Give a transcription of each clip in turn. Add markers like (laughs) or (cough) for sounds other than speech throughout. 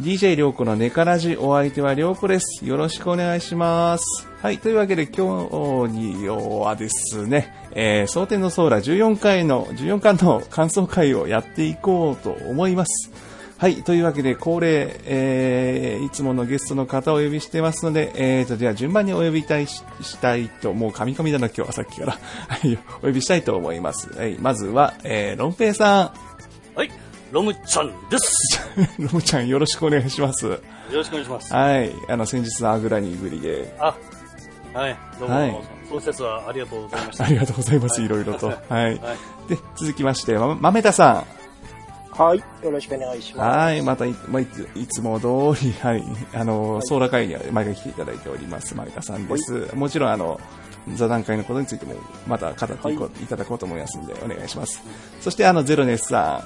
DJ 良子のネカラジお相手は良子です。よろしくお願いします。はい、というわけで今日はですね、えー、蒼天のソーラ14回の、14巻の感想会をやっていこうと思います。はい、というわけで恒例、えー、いつものゲストの方をお呼びしてますので、えーと、では順番にお呼びたいししたいと、もう神々だな今日はさっきから。はい、お呼びしたいと思います。はい、まずは、えー、ロンペイさん。はい、ロムちゃんです。 (laughs) ロムちゃんよろしくお願いします。よろしくお願いします。はい、あの先日のあぐらにぐりで、あ、はい、どうも、はいその説はありがとうござい (laughs) ました。あはい、りがとうございます、いろいろと。はい。はいで、続きまして、ままめたさはい。よろしくお願いしん。まはい、またい、まあいつ、いつも通り、はい、あの、ソーラ会には毎回来ていただいております、まめたさんです。もちろん、あの、座談会のことについても、また語っていこう、い、ただこうと思いますんで、お願いします。そして、あの、ゼロネスさ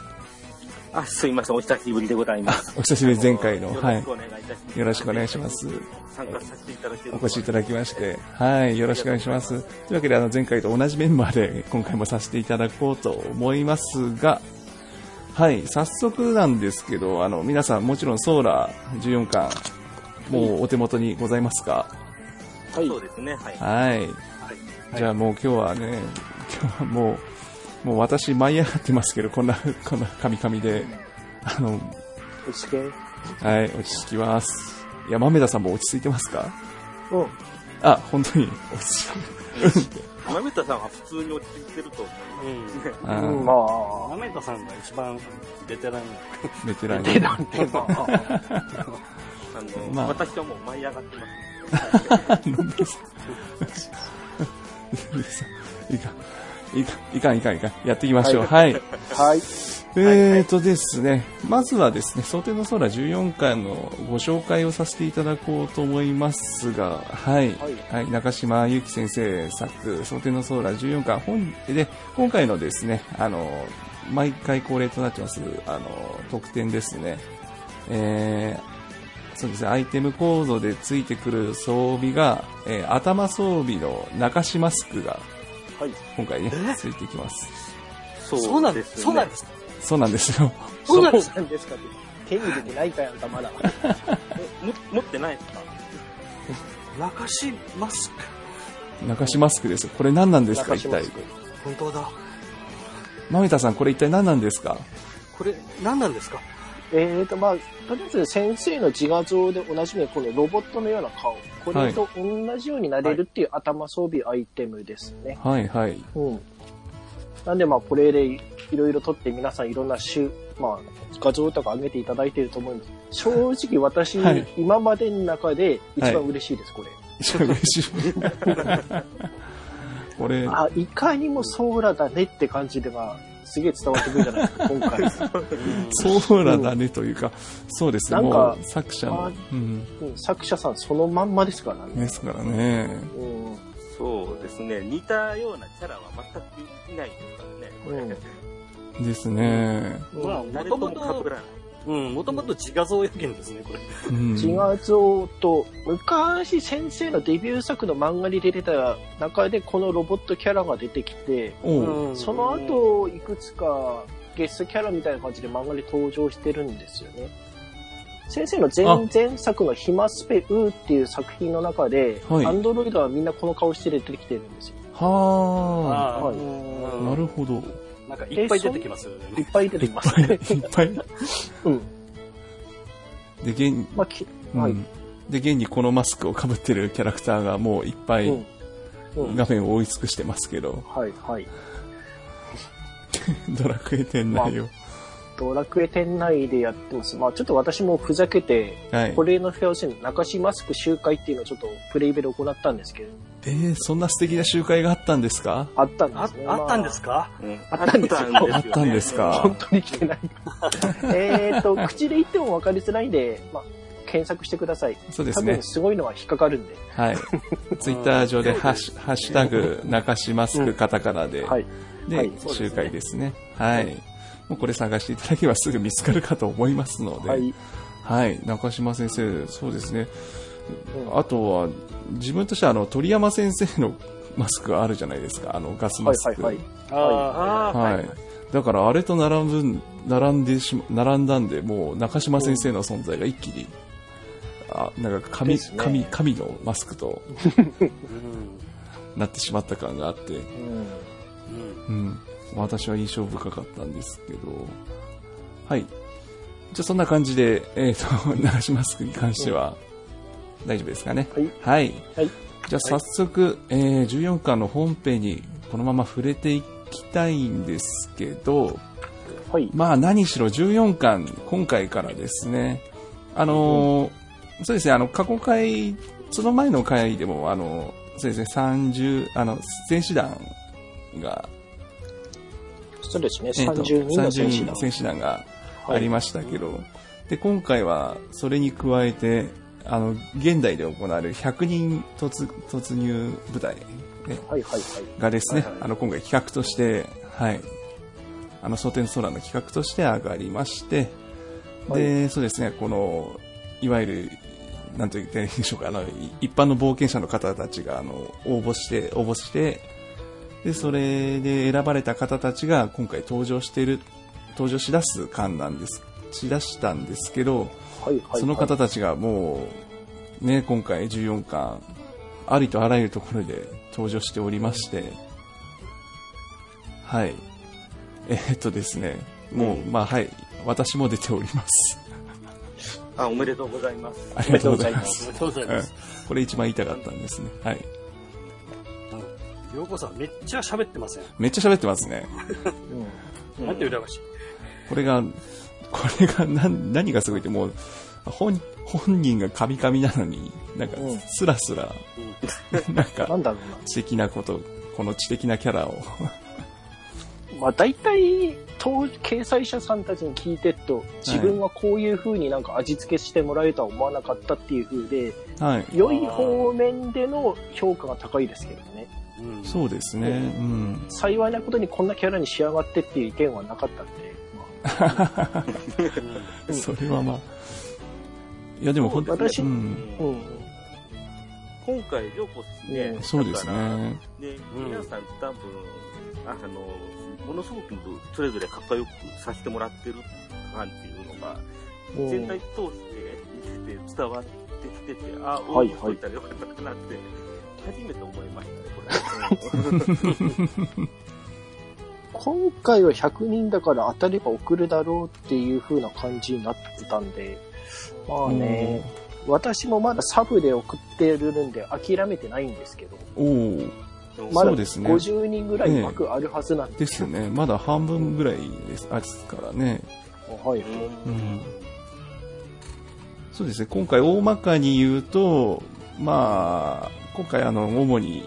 あ、すいません、お久しぶりでございます。ん、お久しぶり前回の、よはろいしくお、願いいたします。よろしくお願いします。参加させていただけるお越しいただきまして、はい、よろしくお願いします。というわけで、あの、前回と同じメンバーで、今回もさせていただこうと思いますが、はい、早速なんですけど、あの、皆さん、もちろん、ソーラー14巻、もうお手元にございますかす。はい。そうですね、はい。はい。じゃあ、もう今日はね、今日はもう、もう私、舞い上がってますけど、こんな、こんな、カミカミで、あの、うちけ。うん。はい、落ち着きます。いや、豆田さんも落ち着いてますかあ、本当に、落ち着いてまめたさんは普通に落ち着いてると思うん。あーうんなまめたさんが一番ベテランや。ベテランう。あの、まあ私はもう舞い上がってます。のんべえさん。のんべえさんいかん、いかん、いかん、いかん、いかん。やっていきましょう。はい。あ。はい。えーとですね、まずはですね、想定の空14回のご紹介をさせていただこうと思いますが、はい。はいはい、中島ゆき先生作、想定の空14巻本で、今回のですね、あの、毎回恒例となってます、あの、特典ですね。えーそうですね、アイテム構造でついてくる装備が、えー頭装備の中島マスクが、はい今回ね、ついてきます。そですねすかそうなんですよ。そうなんですかって。手に入れてないかやんか、まだ。えも持ってないですか中島マスク。中島マスクですよ。これ何なんですか、一体。本当だ。まめたさん、これ一体何なんですかこれ、何なんですかえーと、まあ、とりあえず先生の自画像でおなじみのこのロボットのような顔。これと同じようになれるっていう頭装備アイテムですね。はい、はい。 (laughs) うん。なんでまあ、これでいろいろ撮って皆さんいろんな種、まあ、画像とか上げていただいていると思うんです。正直私、はい今までの中で一番嬉しいです、これ。一番嬉しい。これ、あ、いかにもソーラだねって感じでは、すげえ伝わってくるんじゃないですか、今回。そうなんだねというか、そうですね、なんもかう作者のあ、うん、うん作者さんそのまんまですからね。ですからね。うん。そうですね、似たようなキャラは全くいないですからね、これ。うんですね。うんまあ、も誰ともとも被と、らない。うん、もともと自画像やけんですね、これ。うん自画像と、昔先生のデビュー作の漫画に出てた中で、このロボットキャラが出てきて、おううんその、後、いくつかゲストキャラみたいな感じで漫画に登場してるんですよね。先生の前前作の「ヒマスペウー」っていう作品の中で、はいアンドロイドはみんなこの顔して出てきてるんですよ。はああ、はいあ、ななるほど。なんかいっぱい出てきますよいね。っぱい出てきますいね。っぱい。 (laughs) うん。で、現、まあ、きうんはいで、現にこのマスクをかぶってるキャラクターがもういっぱうんい。うん。画面を覆い尽くしてますけど、はい、はい。ドラクエ店内を。ドラクエ店内でやってます。まあ、ちょっと私もふざけて、はいこ。れの表紙の中島マスク集会っていうのをちょっとプレイベル行ったんですけど、えー、そんな素敵な集会があったんですかあったんであすね。あったんですか、かうんあったんですよよねあったんですか本当に来 (laughs) てない。えっと、口で言っても分かりづらいんで、まあ、検索してください。そうで多すね分。すごいのは引っかかるんで。 (laughs) はい。ツイッター上で、ハッシュ、ハッシュタグ、中島マスク、カタカナで、はい。で、はい集会ですね。はい。もうこれ探していただければすぐ見つかるかと思いますので、ははい。い。中島先生、そうですね。うんあとは、自分としては、あの、鳥山先生のマスクがあるじゃないですか。あの、ガスはマいスはいク。はい。ああ、ああ、はい。だから、あれと並ぶ並んでしま、並んだんで、もう中島先生の存在が一気に、あ、なんか神、ですね神、神のマスクと (laughs) うん。なってしまった感があって、うん。うん。うん、私は印象深かったんですけど、はい。じゃあそんな感じで、えっ、と、 (laughs) 長島スクに関しては、大丈夫ですかね。はい。はい。はいじゃあ早速、えー14巻の本編にこのまま触れていきたいんですけど、はい。まあ何しろ14巻、今回からですね、あのーそうですね、あの、過去回、その前の回でも、あの、そうですね、30、あの、選手団が、そうですね。えーと30人30の選手だ。選手団がはいありましたけど、で、今回はそれに加えて、あの、現代で行われる100人突突入部隊、ね、はいはいはい。がですね、はいはいあの今回企画として、はい、あの蒼天空の企画として上がりまして、はいで、そうですね、この、いわゆる、なんと言っていいんでしょうか、あの、い一般の冒険者の方たちが、あの、応募して、応募して、で、それで選ばれた方たちが今回登場している、登場しだす感なんです、しだしたんですけど、はいはい。その方たちがもう、ね、今回14巻、ありとあらゆるところで登場しておりまして、はい。えーっとですね、もう、うんまあはい、私も出ております。あ、おめでとうございます。ありがとうございまおす。めでとうございます。これ一番言いたかったんですね。はい。あのようこさん、めっちゃ喋ってません。めっちゃ喋ってますね。うん。うんなんて羨ましい。これが、これが何何がすごいって、もう、本、本人がカミカミなのに、なんかうん、スラスラ、なんかな、んだろ知的なこと、この知的なキャラを、うな。まあ大体、当掲載者さんたちに聞いてると、自分はこういう風になんか味付けしてもらえるとは思わなかったっていう風で、はい。良い方面での評価が高いですけどね。うん。そうですね。うん。幸いなことにこんなキャラに仕上がってっていう意見はなかったんで、ま (laughs) あうん。うんそれはまあ。いや、でもほんと私うん。ううんん。今回、りょうこですねう。んそうですだからね。で、うん皆さん多分、あの、ものすごくそれぞれかっこよくさせてもらってる感っていうのが、うん全体通して見てて伝わってきてて、あ、ははいいはいはい。たらよかったかなって、初めて思いましたね、これ。今回は100人だから当たれば送るだろうっていう風な感じになってたんで、まあね、私もまだサブで送ってるんで諦めてないんですけど、おおーそうまだそうですね50人ぐらい枠あるはずなんで、ですね。まだ半分ぐらいです、あですからね。はい。うんそうですね。今回大まかに言うと、まあ、今回あの、主に、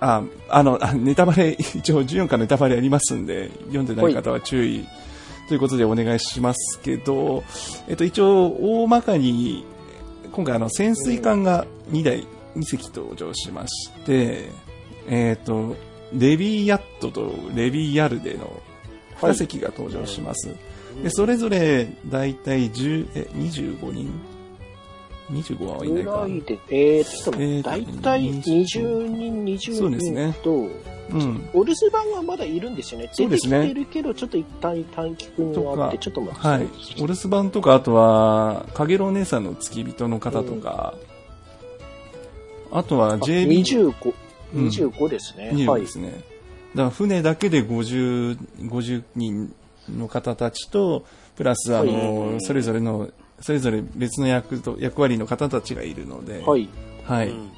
あ、あの、あネタバレ、 (laughs) 一応14巻ネタバレありますんで、読んでない方は注意ということでお願いしますけど、えっと、一応大まかに、今回あの、潜水艦が2台、2隻登場しまして、えっと、レビーヤットとレビーヤルデの2隻が登場します。で、それぞれ、だいたい10、え、25人 ?25 はいなぐいからい。で、えー、っと、えーだいたい20人、そうです20ね人と、うん。お留守番はまだいるんですよね。そ出うてですきねてるけど、ちょっと一旦短期分があっとかて、ちょっと待って。はい。お留守番とか、あとは、かげろう姉さんの付き人の方とか、あとはあ JB、 25、うん25ですね。 20はいで。すね。だから船だけで50、50人の方たちと、プラス、あはの、いそれぞれの、それぞれ別の役と、役割の方たちがいるので、はい。はうい。ん。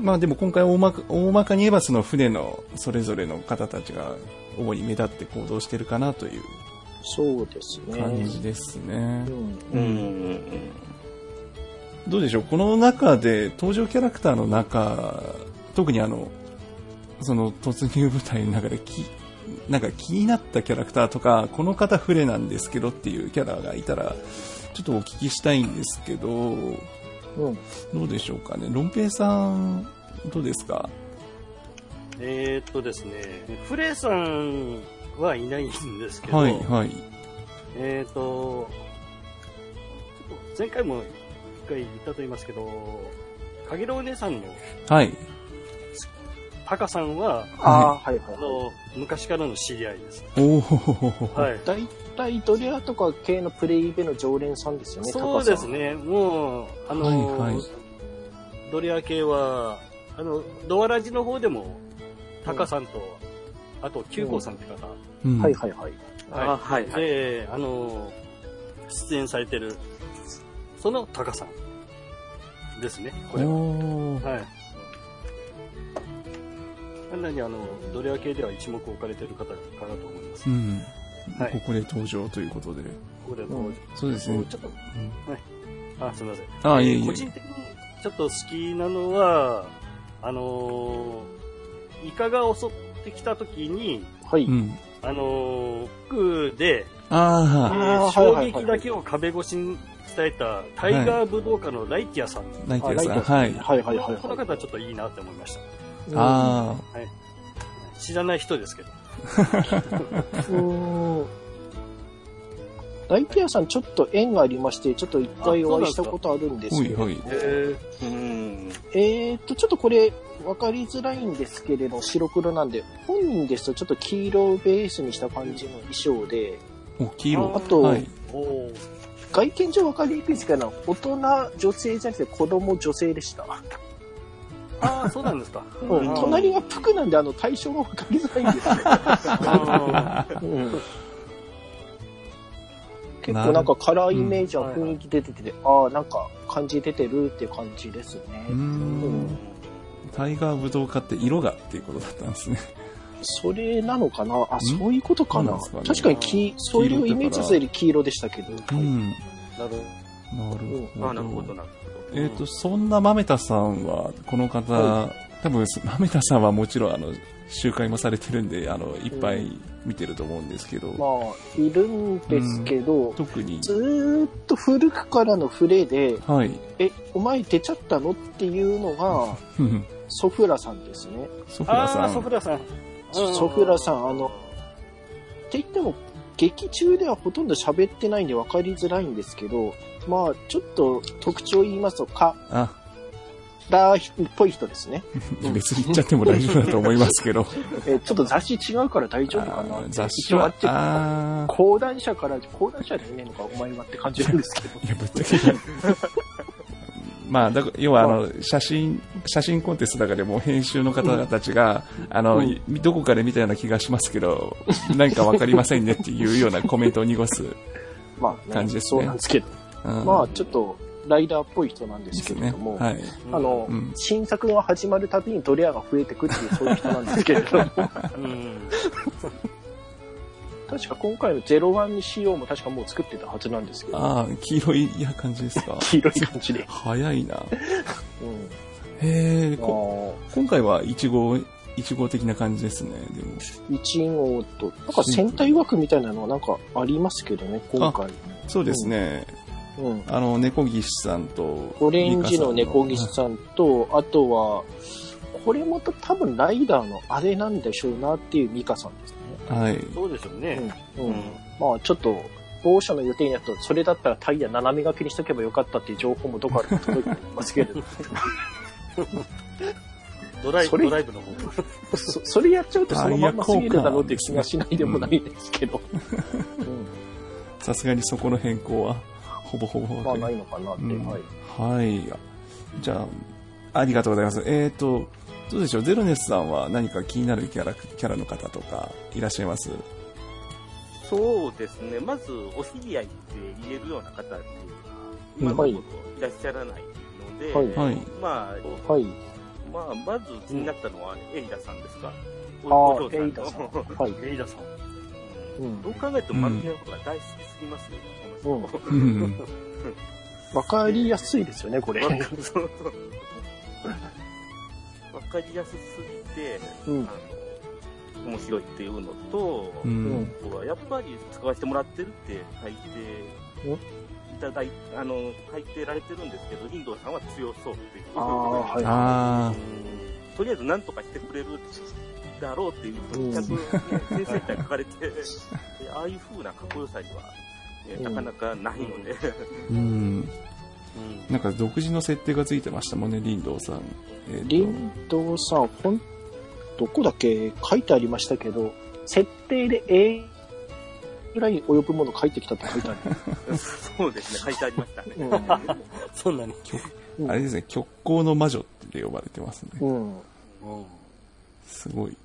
まあでも今回大まか大まかに言えばその船のそれぞれの方たちが主に目立って行動してるかなというそうですね。感じですねう。ん。うんうんどうでしょうこの中で登場キャラクターの中、特にあの、その突入部隊の中でき、なんか気になったキャラクターとか、この方船なんですけどっていうキャラがいたら、ちょっとお聞きしたいんですけど、うん。どうでしょうかね。ロンペイさん、どうですかえーっとですね、フレイさんはいないんですけど、はい、はい。えーっと、ちょっと前回も一回言ったと言いますけど、かげろう姉さんのはい。タカさんは、ああ、はいはいあはい。の、昔からの知り合いです。おー。はい。大対ドリアとか系のプレイベの常連さんですよね、そうですね。ね、もう、あの、はいはいドリア系は、あの、ドアラジの方でも、タカさんと、あと、キュウコさんって方、うんはいはいはい。はいあはいはい。で、あの、出演されてる、そのタカさんですね、これは。おーはい。かなりあの、ドリア系では一目置かれてる方かなと思います。うこんはいここで登場ということで。こで、うんそうですね。ちょっと、うんあ、すみません。あ、いえいえ。。個人的にちょっと好きなのは、あのーイカが襲ってきた時に、はいうん。あのー奥で、えあーあー衝はいはいはい撃だけを壁越しに伝えた、タイガー武道家のライティアさん。あ、ナイキヤさん。あはライいト。はいはいはいこのは方はちょっといいなって思いました。い。ああ。知らない人ですけど。うんライピアさん、ちょっと縁がありまして、ちょっと一回お会いしたことあるんですほけいどほ、い。えうん。えーっと、ちょっとこれ、分かりづらいんですけれど、白黒なんで、本人ですとちょっと黄色をベースにした感じの衣装で、お、黄色。あと、はい。おおー外見上分かりにくいですけど、大人女性じゃなくて子供女性でした。ああ、そうな (laughs) んですか。うん隣がプクなんで、あの、対象が分かりづらいんですよ。あ結構なんかカラーイメージは雰囲気出てて、ああ、なんか感じ出てるって感じですね。うーうんん。タイガー武道家って色がっていうことだったんですね。それなのかなあ、そういうことかなそうなんです確かかねに黄、そういうイメージより黄色でしたけど。うはいん。あ、なるなほど。るほど。あなるほど、なるほど。えっ、と、そんなマメタさんは、この方、多分、マメタさんはもちろん、あの、集会もされてるんで、あの、いっぱい見てると思うんですけど、まあ、いるんですけど、特に、ずーっと古くからの触れで、はい。え、お前出ちゃったのっていうのが、ソフラさんですね。ソフラあさあー、ソフん。ラさん。うんソフラさんあの、って言っても、劇中ではほとんど喋ってないんで分かりづらいんですけど、まあ、ちょっと特徴言いますと、カあ、ラーっぽい人ですね。別に言っちゃっても大丈夫だと思いますけ (laughs) ど。 (laughs) えちょっと雑誌違うから大丈夫かなあー雑誌は、一応あっあて、講談社から、講談社でいねえのか、お前はって感じなんです (laughs) けど。ーいや、ぶっちゃけ。まあ、だから要はあの写真写真コンテストだからもう編集の方たちが、あのうんどこかで見たような気がしますけど何か分かりませんねっていうようなコメントを濁すまあ、感じですねそうなんですけど。ままあ、ちょっと、ライダーっぽい人なんですけれども、はい。あの、うん新作が始まるたびにドレアが増えてくっていう、そういう人なんですけれ (laughs) ども、うん。確か今回の01に仕様も確かもう作ってたはずなんですけど、。ああ、黄色いいや感じですか黄色い感じで。早いな。 (laughs) うん。へえ、あこー今回は一号、一号的な感じですね、でも。一号と、なんか戦隊枠みたいなのはなんかありますけどね、今回。そうですね。うん。あの、猫岸さんと。オレンジの猫リ岸カさんと、あとは、これまた多分ライダーのあれなんでしょうなっていうミカさんですね。さん。はい。そうでしょうね。うん。まあちょっと、某所の予定になると、それだったらタイヤ斜め掛けにしとけばよかったっていう情報もどこからか届いてますけれ (laughs) ど、ドライそブ、れドライブの方。そそれやっちゃうとそのまんま過ぎるだろうっていう気がしないでもないですけど、さすがにそこの変更は、ほぼほぼほう (laughs) んまぼあないのかなって、うんはい。はい。じゃあ、ありがとうございます。えっ、と、どうでしょう、ゼロネスさんは何か気になるキャラ、キャラの方とかいらっしゃいますそうですね。まず、お知り合いって言えるような方っていうのは、今のとこはろいいらっしゃらないので、はいはいまあ、はい。まあ、まず気になったのは、エイダさんですか。あおあ、嬢エイダさん。のはい。レイダさん。うんどう考えてもマルチなことが大好きすぎますよね、この人うん。わかりやすいですよね、これ。わかそうそうわかりやすすぎて、うん。あの面白いっていうのと、ううんん。あとはやっぱり使わせてもらってるって書いておいただいあの書いてられてるんですけど、インドさんは強そうっていうああ、はい。あとりあえずなんとかしてくれるだろうっていううんちゃんと、ね、先生って書かれて、 (laughs) でああいう風なかっこよさには、ねうんなかなかないので、あ、うん。なんか独自の設定がついてましたもんね、リンドウさん。えーと林道さん、ほん、どこだっけ書いてありましたけど、設定でぐらい及ぶもの帰ってきたって書いてある。そうですね、書いてありましたね。 (laughs) そんなに。うんあれですね、極光の魔女って呼ばれてますね。うん。うんすごい。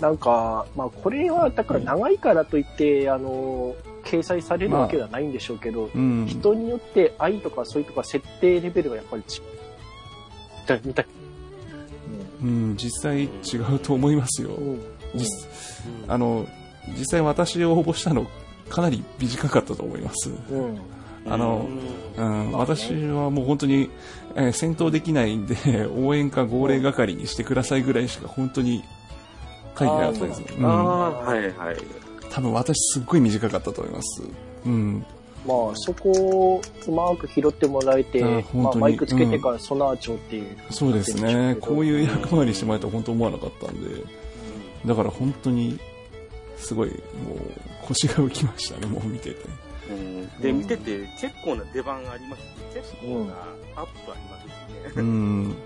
なんか、まあ、これは、だから長いからといって、あの、掲載されるわけではないんでしょうけど、うん。人によって愛とかそういうとか設定レベルがやっぱり違う。だみたい。うん、実際違うと思いますよ。うん。うん実うんあの、実際私を応募したの、かなり短かったと思います。うん。あのう、んうん、まあね私はもう本当に、えー戦闘できないんで、 (laughs) 応援か号令係にしてくださいぐらいしか本当に書いてなかったです。うん、あ多あ、はいはい。分私すっごい短かったと思います。うん、まあ、そこをうまく拾ってもらえて、あー本当にまあ、マイクつけてからソナーチョっていう。そうですね。こういう役割してもらえたら本当思わなかったんで、だから本当に、すごい、もう、腰が浮きましたね、もう見てて。うんで、うん見てて、結構な出番がありますね。結構なアップありますうね。ん。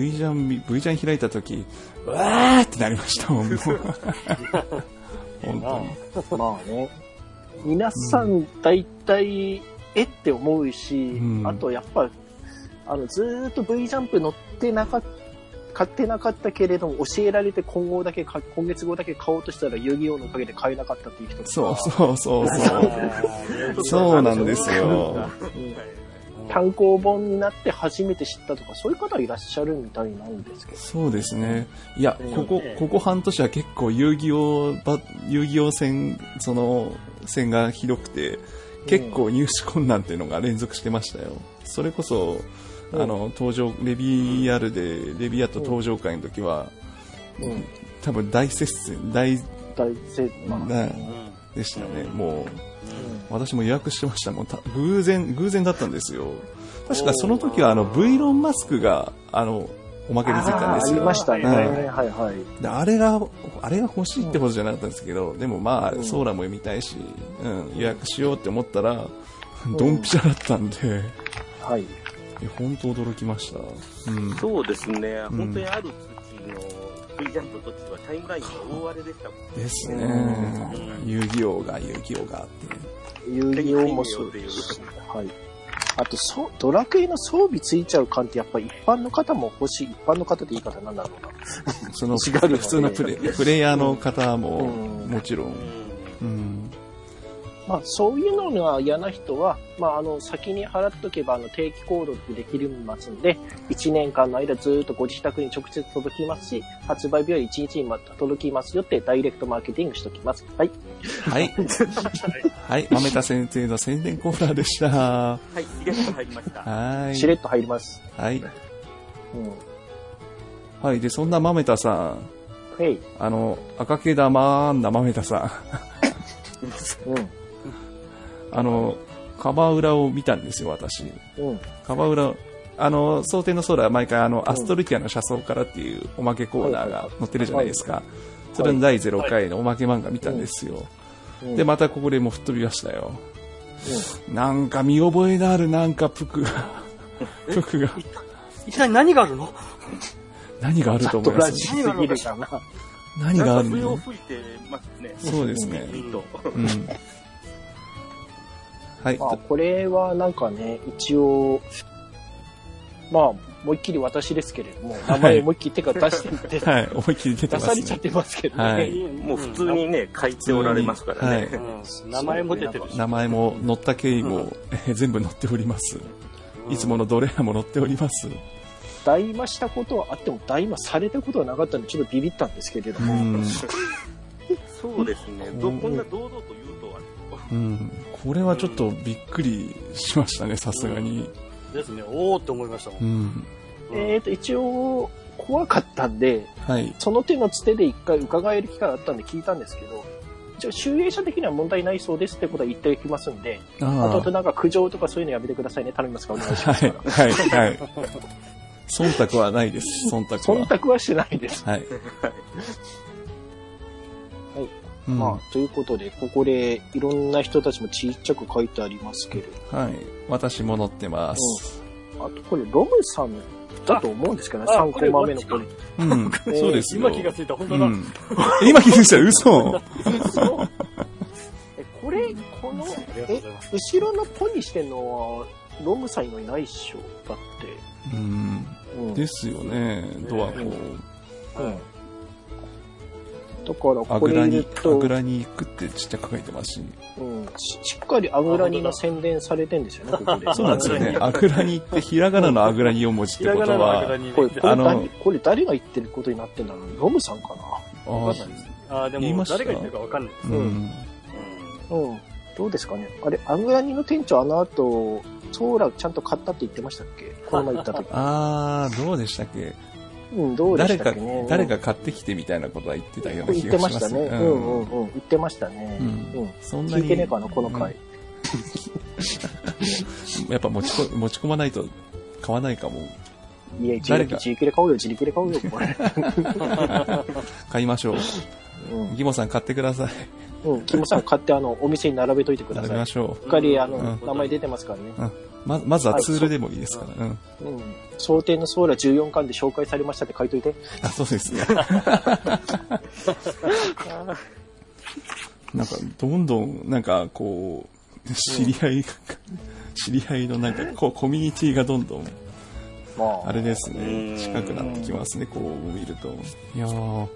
V ジャン見、V ジャン開いた時、うわーってなりました (laughs) もん、もう本当に。まあね。皆さん、大体、えって思うし、うんあとやっぱ、あの、ずーっと V ジャンプ乗ってなかっ買ってなかったけれども、教えられて今後だけか、今月号だけ買おうとしたら遊戯王のおかげで買えなかったっていう人とかそうそうそう (laughs) そう。あそうなんですよ。うんー単行本になって初めて知ったとか、そういう方いらっしゃるみたいなんですけど。そうですね。いや、ここええ、ここ半年は結構遊戯王ば、遊戯王戦、その、戦がひどくて、結構入手困難っていうのが連続してましたよ。それこそ、あの、登場、レビアルで、レビアと登場会の時は、うん。多分大接戦、大、大成、まあ、ねうんでしたね。もう、うん私も予約してましたもんた偶然偶然だったんですよ確かその時はあの V ロンマスクがあのおまけでついたんあですーありよましたね。うんはいはいはい。であれがあれが欲しいってことじゃなかったんですけどでもまあうんソーラも読みたいし、うん、予約しようって思ったらんドンピシャだったんではい。いや本当驚きました、うん、そうですね。ん本当にある時の V ジャンプの時はタイムラインが大荒れでしたもん。ですね、うん遊戯王が遊戯王があって遊戯王もそうですし、はい。あとそう、ドラクエの装備ついちゃう感って、やっぱり一般の方も欲しい、一般の方って言い方なんだろうな。その違うよね普通のプレプレイヤーの方もうんもちろん、うん、まあ、そういうのが嫌な人は、まあ、あの、先に払っとけば、あの、定期購読できますんで、1年間の間ずっとご自宅に直接届きますし、発売日は1日にまた届きますよって、ダイレクトマーケティングしときます。はい。はい。はい。豆田先生の宣伝コーナーでした。はい、入れが入りました。はしれい。っと入ります。はい。うん。はい。で、そんな豆田さん、はい。あの、赤毛玉あんな豆田さ、うん (laughs) あの、カバウラを見たんですよ、私。ん。うん。カバウラ、あの、蒼天の空は毎回、あの、アストルティアの車窓からっていうおまけコーナーが載ってるじゃないですか。それの第0回のおまけ漫画見たんですよ。うんで、またここでもう吹っ飛びましたよ。なんか見覚えのあるなんかプクが、プクが一体何があるの何があるとド思いまラすジすぎる (laughs) かな。何があなんるか笛をの吹いてますね。そうですねピ。ンと。うん。はい。まあ、これはなんかね、一応、まあ、思いっきり私ですけれども、名前思いっきり手が出 (laughs) してて、はい。思いっきり出て出まさすれちゃっね。てますけどね。はいもう普通にね、書いておられますからね。うん名前も出てるはい。し。名前も載った経緯も、えー全部載っております。いつものどれらも載っております。大魔したことはあっても、大魔されたことはなかったんで、ちょっとビビったんですけれどうも、ん。そうですね。どこんな堂々と言うとは。うん。これはちょっとびっくりしましたね、さすがに。ですね。おおって思いましたも。うんん。えーと、一応、怖かったんで、はい。その手のつてで一回伺える機会があったんで聞いたんですけど、一応、集英者的には問題ないそうですってことは言ってきますんで、ああとああと。なんか苦情とかそういうのやめてくださいね、頼みますからお願いしますはかい。ら。はい。はい。忖度はないです、忖度忖は。度はしないです。はい。はい。うんまあ、ということで、ここでいろんな人たちもちっちゃく書いてありますけれど、はい。私も載ってます。あとこれ、ロムさんだと思うんですけどね、あ3コマ目のこれ。うん。えーそうですよ。今気がついた、本う当だ。ん。今気がついた、嘘。え、これ、この、ありがとうごえざい、ます。後ろのポにしてんのは、ロムさんのいないっしょ、だっうん。て。うん。ですよね、ドアこう。うん。だから、あこぐられいにる、あと、ぐらに行くってちっちゃく書いてますし。うん、ししっかりアグラニが宣伝されてんですよね、ここで。そうなんですよね。あぐらに行って、ひらがなのあぐらに4文字ってひらこがとなのあぐらは、にこれ、これあの誰これ誰が言ってることになってんだろうロムさんかあわかんないです。あー、で言いまも、した誰が言ってるかわかんないです。う。うんなうん。どうですかねあれ、アグラニの店長あの後、ソーラちゃんと買ったって言ってましたっけこの前言った時。あー、どうでしたっけうん、どうで誰したかっけね。、誰か買ってきてみたいなことは言ってたような言気ってがまししまたすね。うんうんうん。言ってましたね。ううんん。そんな聞いにてねえかな、この回。やっぱ持ちこ持ち込まないと買わないかも。いや、自誰か力自力で買おうよ、自力で買おうよ、こ (laughs) れ。買いましょう。うん。ギモさん買ってください。うん。キムさん買って、あの、お店に並べといてくだ並さべい。ましょうっかり、あうの、ん名前出てますからね。う。ままずはツールでもいいですから。うん。うん。蒼天のソーラ14巻で紹介されましたって書いといて。あ、そう (laughs) ですね。なんか、どんどん、なんか、こう、知り合いが、知り合いのなんか、こう、コミュニティがどんどん、まあ。あれですねう、ん近くなってきますね、こう見ると。いやー、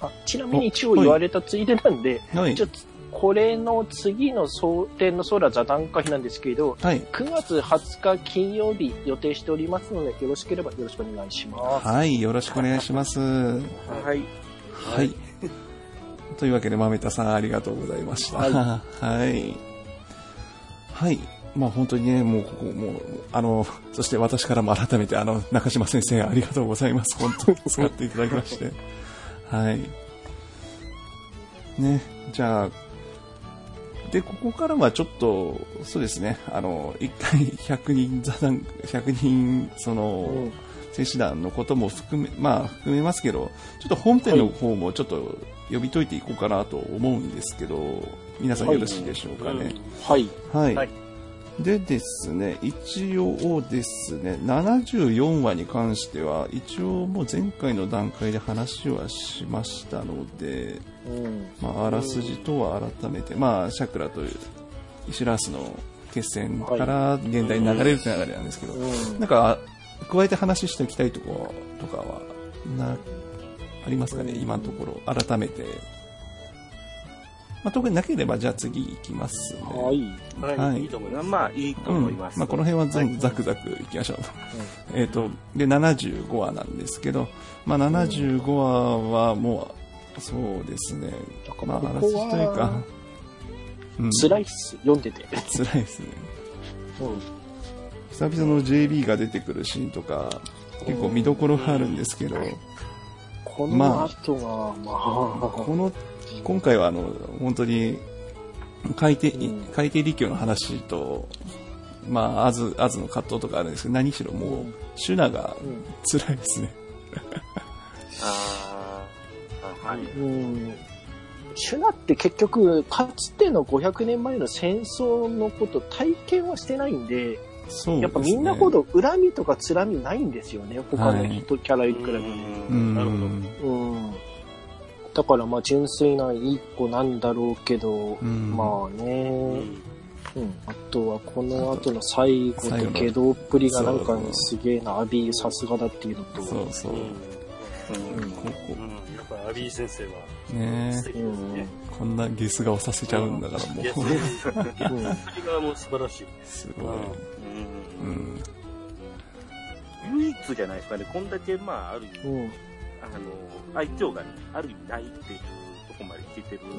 あちなみに一応言われたついでなんで、はいちょ、っとこれの次の蒼天のソーラ座談会なんですけど、はい、 9月20日金曜日予定しておりますので、よろしければよろしくお願いします。はい、よろしくお願いします。はうんはい。い。というわけで、まめたさん、ありがとうございました。はい。はい。まあ本当にね、もうここ、もう、あの、そして私からも改めて、あの、中島先生、ありがとうございます。本当に使っていただきまして。はい。ね、じゃあ、で、ここからはちょっと、そうですね、あの、一回100人座談、100人、その、うん選手団のことも含め、まあ、含めますけど、ちょっと本編の方もちょっと呼び解いていこうかなと思うんですけど、皆さんよろしいでしょうかね。はい。はい。はいでですね、一応ですね、74話に関しては、一応もう前回の段階で話はしましたので、うん。まあ、あらすじとは改めて、まあ、シャクラとイシュラースの決戦から現代に流れるという流れなんですけど、うんなんか、加えて話しておきたいところとかは、な、ありますかね、今のところ、改めて。まあ、特になければ、じゃあ次行きますね。はい。いはい、いいと思います。まあ、いいとうん思います。まあ、この辺はざざくざくいきましょう。えっと、で、75話なんですけど、まあ、75話はもう、そうですねだ。からまあ、あらこすじこはというか、うん、辛いっす。読んでて。辛いですね。うん。久々の JB が出てくるシーンとか、結構見どころがあるんですけど、この後が、まあ、この今回はあの本当に海底,、うん海底陸橋の話と、まあ、アズアズの葛藤とかあるんですけど何しろもうシュナがうん辛いですね、あーあ、はい。うんシュナって結局、かつての500年前の戦争のこと体験はしてないんで、そうですねやっぱみんなほど恨みとかつらみないんですよね、他の人、キャラに比べて。ううんんなるほどうん。だからまあ純粋ないい子なんだろうけど、うんまあうね、んうん、あとはこの後の最後とゲドっぷりがなんかすげえな、アビーさすがだっていうのと、そうそう、うんうんこやっぱアビー先生はこね素え敵ですね。こんなゲス顔させちゃうんだからも、いや、そうれ、それうんがもう素晴らしい。すごい、ううんん、唯一じゃないですかね、こんだけ、まあ、ある意う味、ん、あの、愛嬌がね、ある意味ないっていうとこまで来てる、う来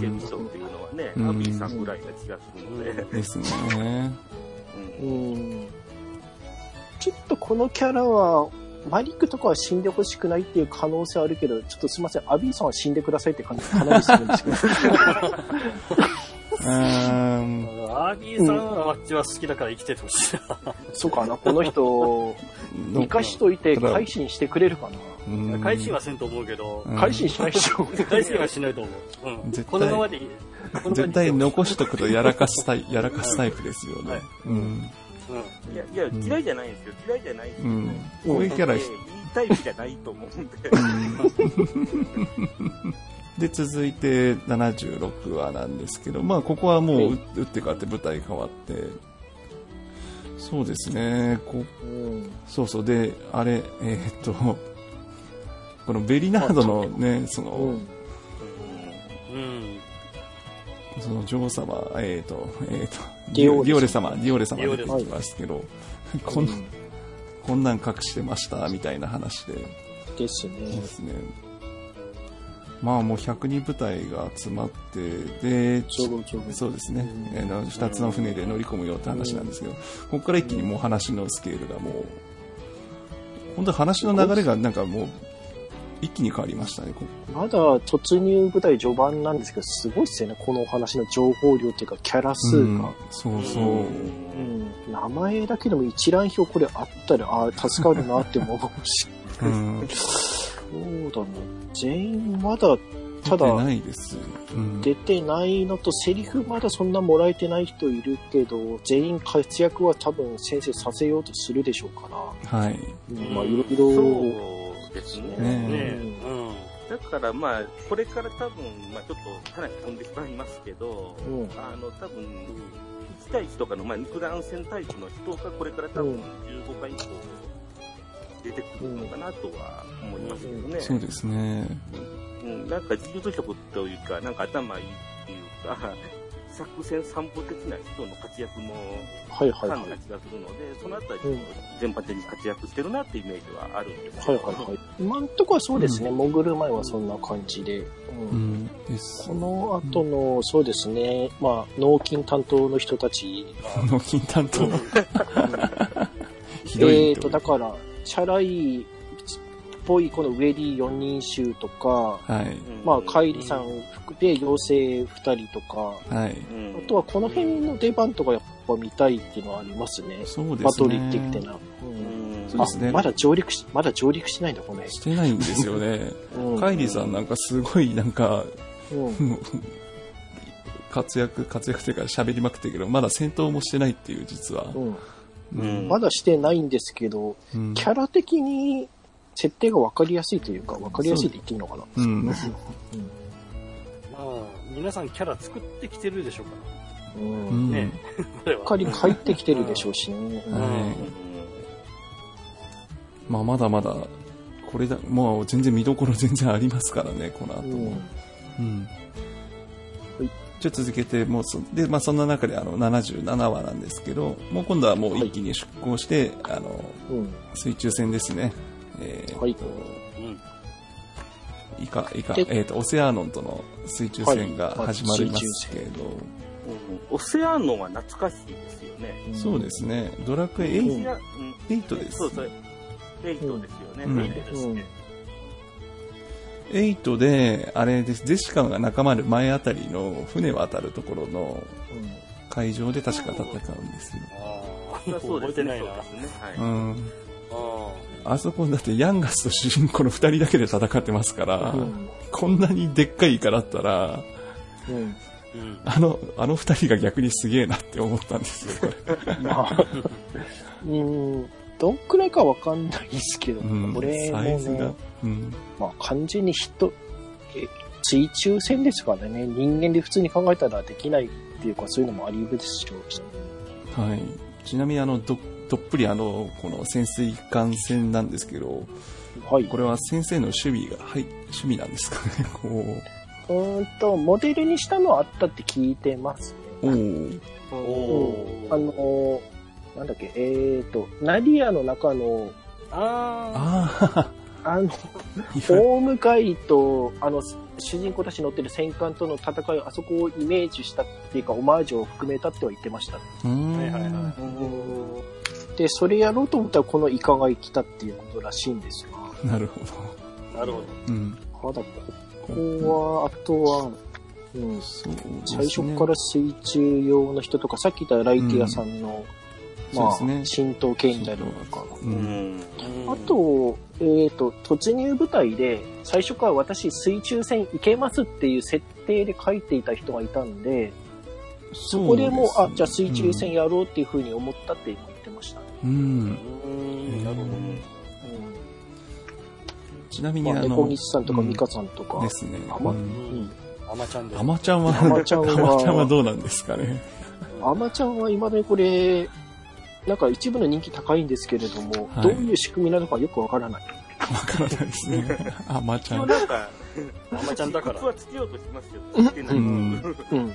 てるん、人っていうのはね、うんアビーさんぐらいな気がするので、ですねううんんちょっとこのキャラは、マリックとかは死んでほしくないっていう可能性あるけど、ちょっとすいません、アビーさんは死んでくださいって感じかなりするんで (laughs) すけど。うんアビーさんはマッチは好きだから生きててほしいな。そうかな、この人、生かしといて改心してくれるかういんや改心はせんと思うけど、うんな。 (laughs) 改心しないでしょ。改心はしないと思う。うん。絶対このままでいい。このままでい (laughs) い絶対残しとくとやらかすタイやらかすタイプですよね、はいうんいや、いや、ん嫌いじゃないんですよ。嫌いじゃないんですうよ。ん。こういうキャラえ、ーいいタイプじゃないと思うん (laughs) で、で。続いて76話なんですけど、まあ、ここはもう、う打って変わって舞台変わって、そうですね、こうん。そうそう、で、あれ、えーっと、このベリナードのね、その、うん。うん。その女王様、えーっと、えーっと、ディオーレ様ディオーレ様、ディオーレ様出てきますけど、こんう、んこんなん隠してました、みたいな話で。でそすうねで。すね。まあもう100人部隊が集まって、で、ちょろちょろ。そうですね、うんあの2つの船で乗り込むよって話なんですけど、ここから一気にもう話のスケールがもう、本当に話の流れがなんかもう、一気に変わりましたね、こまだ突入舞台序盤なんですけど、すごいっすよね。このお話の情報量っていうか、キャラ数うが。んそうそう。うん名前だけでも一覧表これあったら、ああ、助かるなっても思うし。うん。そうだね。全員まだ、出たてだ、ないです。うん出てないのと、セリフまだそんなもらえてない人いるけど、全員活躍は多分先生させようとするでしょうから。はい。うんまあ、いろいろ、そうですね。ねねううん。だからまあ、これから多分、まあちょっとかなり飛んでしまいますけど、うんあの、多分、1対1とかの、まあ肉弾戦タイプの人がこれから多う分ん15回以降出てくるのかなとは思いますけどね。そうですね。うん、なんか自由図職というか、なんか頭いいっていうか、作戦散歩的な人の活躍もはいはい感はい。が違うので、そのあたりうん全般的に活躍してるなってイメージはあるんですはいはいはい。今んとこはそうですね。潜る前はそんな感じで。うんうん。ですこ。の後の、そうですね、まあ、納金担当の人たち納金担当、が、 (laughs) ひどいえっと、だから、チャラいっぽいこのウェディ4人衆とか、はい。うんまあ、カイリさん含め妖精2人とか、はい。うんあとはこの辺の出番とかやっぱ見たいっていうのはありますね。そうですね。バトリー的な。ううんんそうですねあまだ上陸し、まだ上陸しないんだ、このしてないんですよ (laughs) ね。辺。うんカイリーさんなんかすごいなんか、うんもう活躍、活躍というか喋りまくってるけど、まだ戦闘もしてないっていう、実は。うんうんまだしてないんですけど、うんキャラ的に設定が分かりやすいというか、分かりやすいって言っていいのかな。うん。まあ、皆さんキャラ作ってきてるでしょうからうん。ううんんねこれは。しっかり帰ってきてるでしょうしね。んはういんまあ、まだまだ、これだ、もう全然見どころ全然ありますからね、この後うんも。うんはい。じゃあ続けて、もうそ、で、まあそんな中であの77話なんですけど、もう今度はもう一気に出航して、あの、うん。水中戦ですね。えーはいとうんイカ、イカ、でえっ、と、オセアーノンとの水中戦が始まりますけど、うんオセアーノは懐かしいですよね。そうですね、ドラクエエイ8ジアうんですそうそう。エイトですよね。うんエイトですね。 8で、あれです、ゼシカが仲間の前あたりの船渡るところの海上で確か戦うんですよ。あそあ、うそう覚えですてね。なそいうな。あですね。はい。うん。あ。あそこだってヤンガスと主人公の2人だけで戦ってますから、うん。こんなにでっかいイカだったら、うん。うん。あの、あの2人が逆にすげえなって思ったんですよ、これ。まあ、 (laughs) うん。どんくらいかわかんないですけど、うん、これもサイズがね、。うん。まあ完全に人、え水中戦ですからね、人間で普通に考えたらできないっていうか、そういうのもあり得るでしょうし。はい、ちなみにあのどどっぷりあのこの潜水艦船なんですけどはい。これは先生の趣味が、はい、趣味なんですかね (laughs) こうーんと、モデルにしたのはあったって聞いてますうね。おーおあのーなんだっけ、えーと、ナディアの中の、ああああの、いや大向かいと、あの、主人公たち乗ってる戦艦との戦いをあそこをイメージしたっていうか、オマージュを含めたっては言ってましたね。 (laughs) うーあ。んはいはいはで、それやろうと思ったら、このイカが来たっていうことらしいんですよ。なるほど、い。なるほど。うん、まだ、ここは、あとは、うん、そうですね最初から水中用の人とか、さっき言ったライティアさんの、うんまあ、そうです神道系みたいなのとか。ううんん。うんあ、と、えー、と、突入部隊で、最初から私水中戦行けますっていう設定で書いていた人がいたんで、そこでもう、あ、じゃあ水中戦やろうっていうふうに思ったって言ってってましたね。うん。うん、なるほどね。ちなみうん。に、まあ、あ猫の西、さんとかうんミカさんとか。ですね。あまうんうん。アマちゃんでアマちゃんは、アマちゃんはアマちゃんはどうなんですかね。アマちゃんは未だにこれ、なんか一部の人気高いんですけれども、はいどういう仕組みなのかよくわからない。わからないです (laughs) ね。アマち一ゃ応ん。なんか、アマちゃんだから僕はつけようとしてますけど、つけない。ううんん。うん。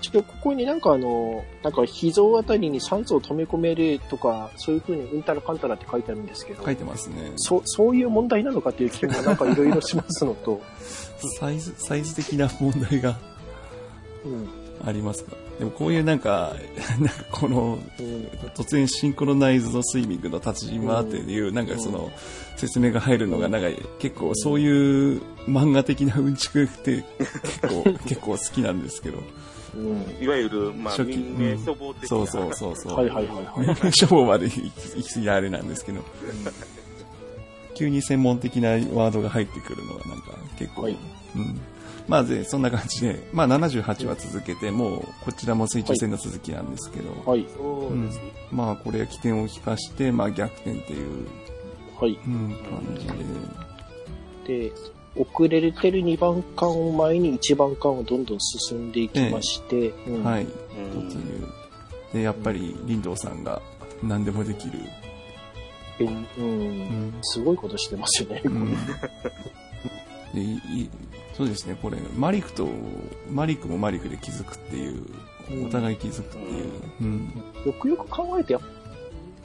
ちょっとここになんかあの、なんか脾臓あたりに酸素を止め込めるとか、そういうふうにうんたらかんたらって書いてあるんですけど、書いてますね。そそういう問題なのかっていう気もなんかいろいろしますのと、 (laughs) サイズ、サイズ的な問題がうん。ありますか。でもこういうなんか、 (laughs) なんかこの、うん。突然シンクロナイズドスイミングの達人はっていう、なんかその、説明が入るのが、なんか結構そういう漫画的なうんちくって結 (laughs) 構、結構好きなんですけど。 (laughs) うん。いわゆる、まあ、初期民命処方的な。そうそうそうそう。はいはいはいはい。処方まで行き行き過ぎたあれなんですけど、急に専門的なワードが入ってくるのはなんか結構、はいうん。まあで、そんな感じで、まあ78は続けて、もうこちらも成長戦の続きなんですけど、はい。そうですね。まあこれ起点を利かして、まあ逆転っていう、はい。うん、感じで、で、遅れてる2番艦を前に1番艦をどんどん進んでいきまして、うんはい、うん突入。で、やっぱり林道さんが何でもできる。でうんうんすごいことしてますよね。うん、でいいそうですねこれマリクとマリクもマリクで気づくっていううんお互い気づくっていう、うんよくよく考えて、やっ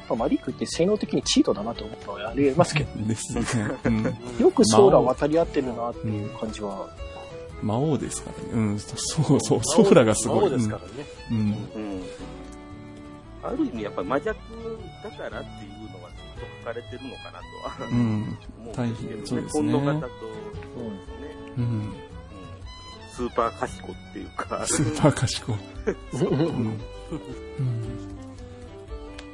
ぱマリックって性能的にチートだなと思ったのはありえますけですね、うん、ど、よくソーラー渡り合ってるなっていう感じは、魔王ですからね、うん、そそうそうソーラがすごいそうですからね。うんうんうん。ある意味、やっぱり魔弱だからっていうのは、ちょっと書かれてるのかなとは。うんもう、大ね変、そうですね今度型と、ね、うんうん、うんスーパー賢っていうか、スーパー賢い、うんうん、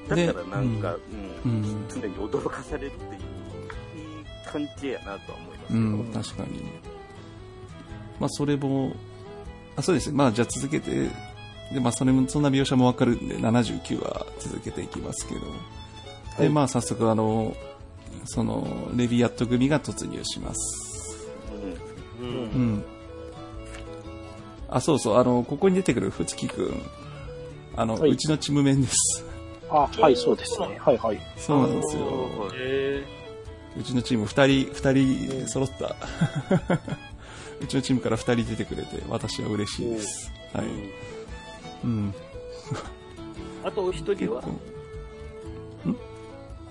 だからなんか、う、うんん、常に驚かされるっていう、いい関係やなとは思いますけうど。ん、確かに。まあ、それも、あ、そうですね。まあ、じゃあ続けて、で、まあ、それも、そんな描写もわかるんで、79は続けていきますけど。で、まあ、早速、あの、その、レビアット組が突入します。う。うんん。あ、そうそう、あの、ここに出てくる二木くん。あの、はいうちのチームメンです。 (laughs) あ、はい、そうですね。はいはい。そうなんですうよ。んえうちのチーム二人、二人揃った。 (laughs) うちのチームから二人出てくれて、私は嬉しいです。はい。うん。ーあとお一人結は構。ん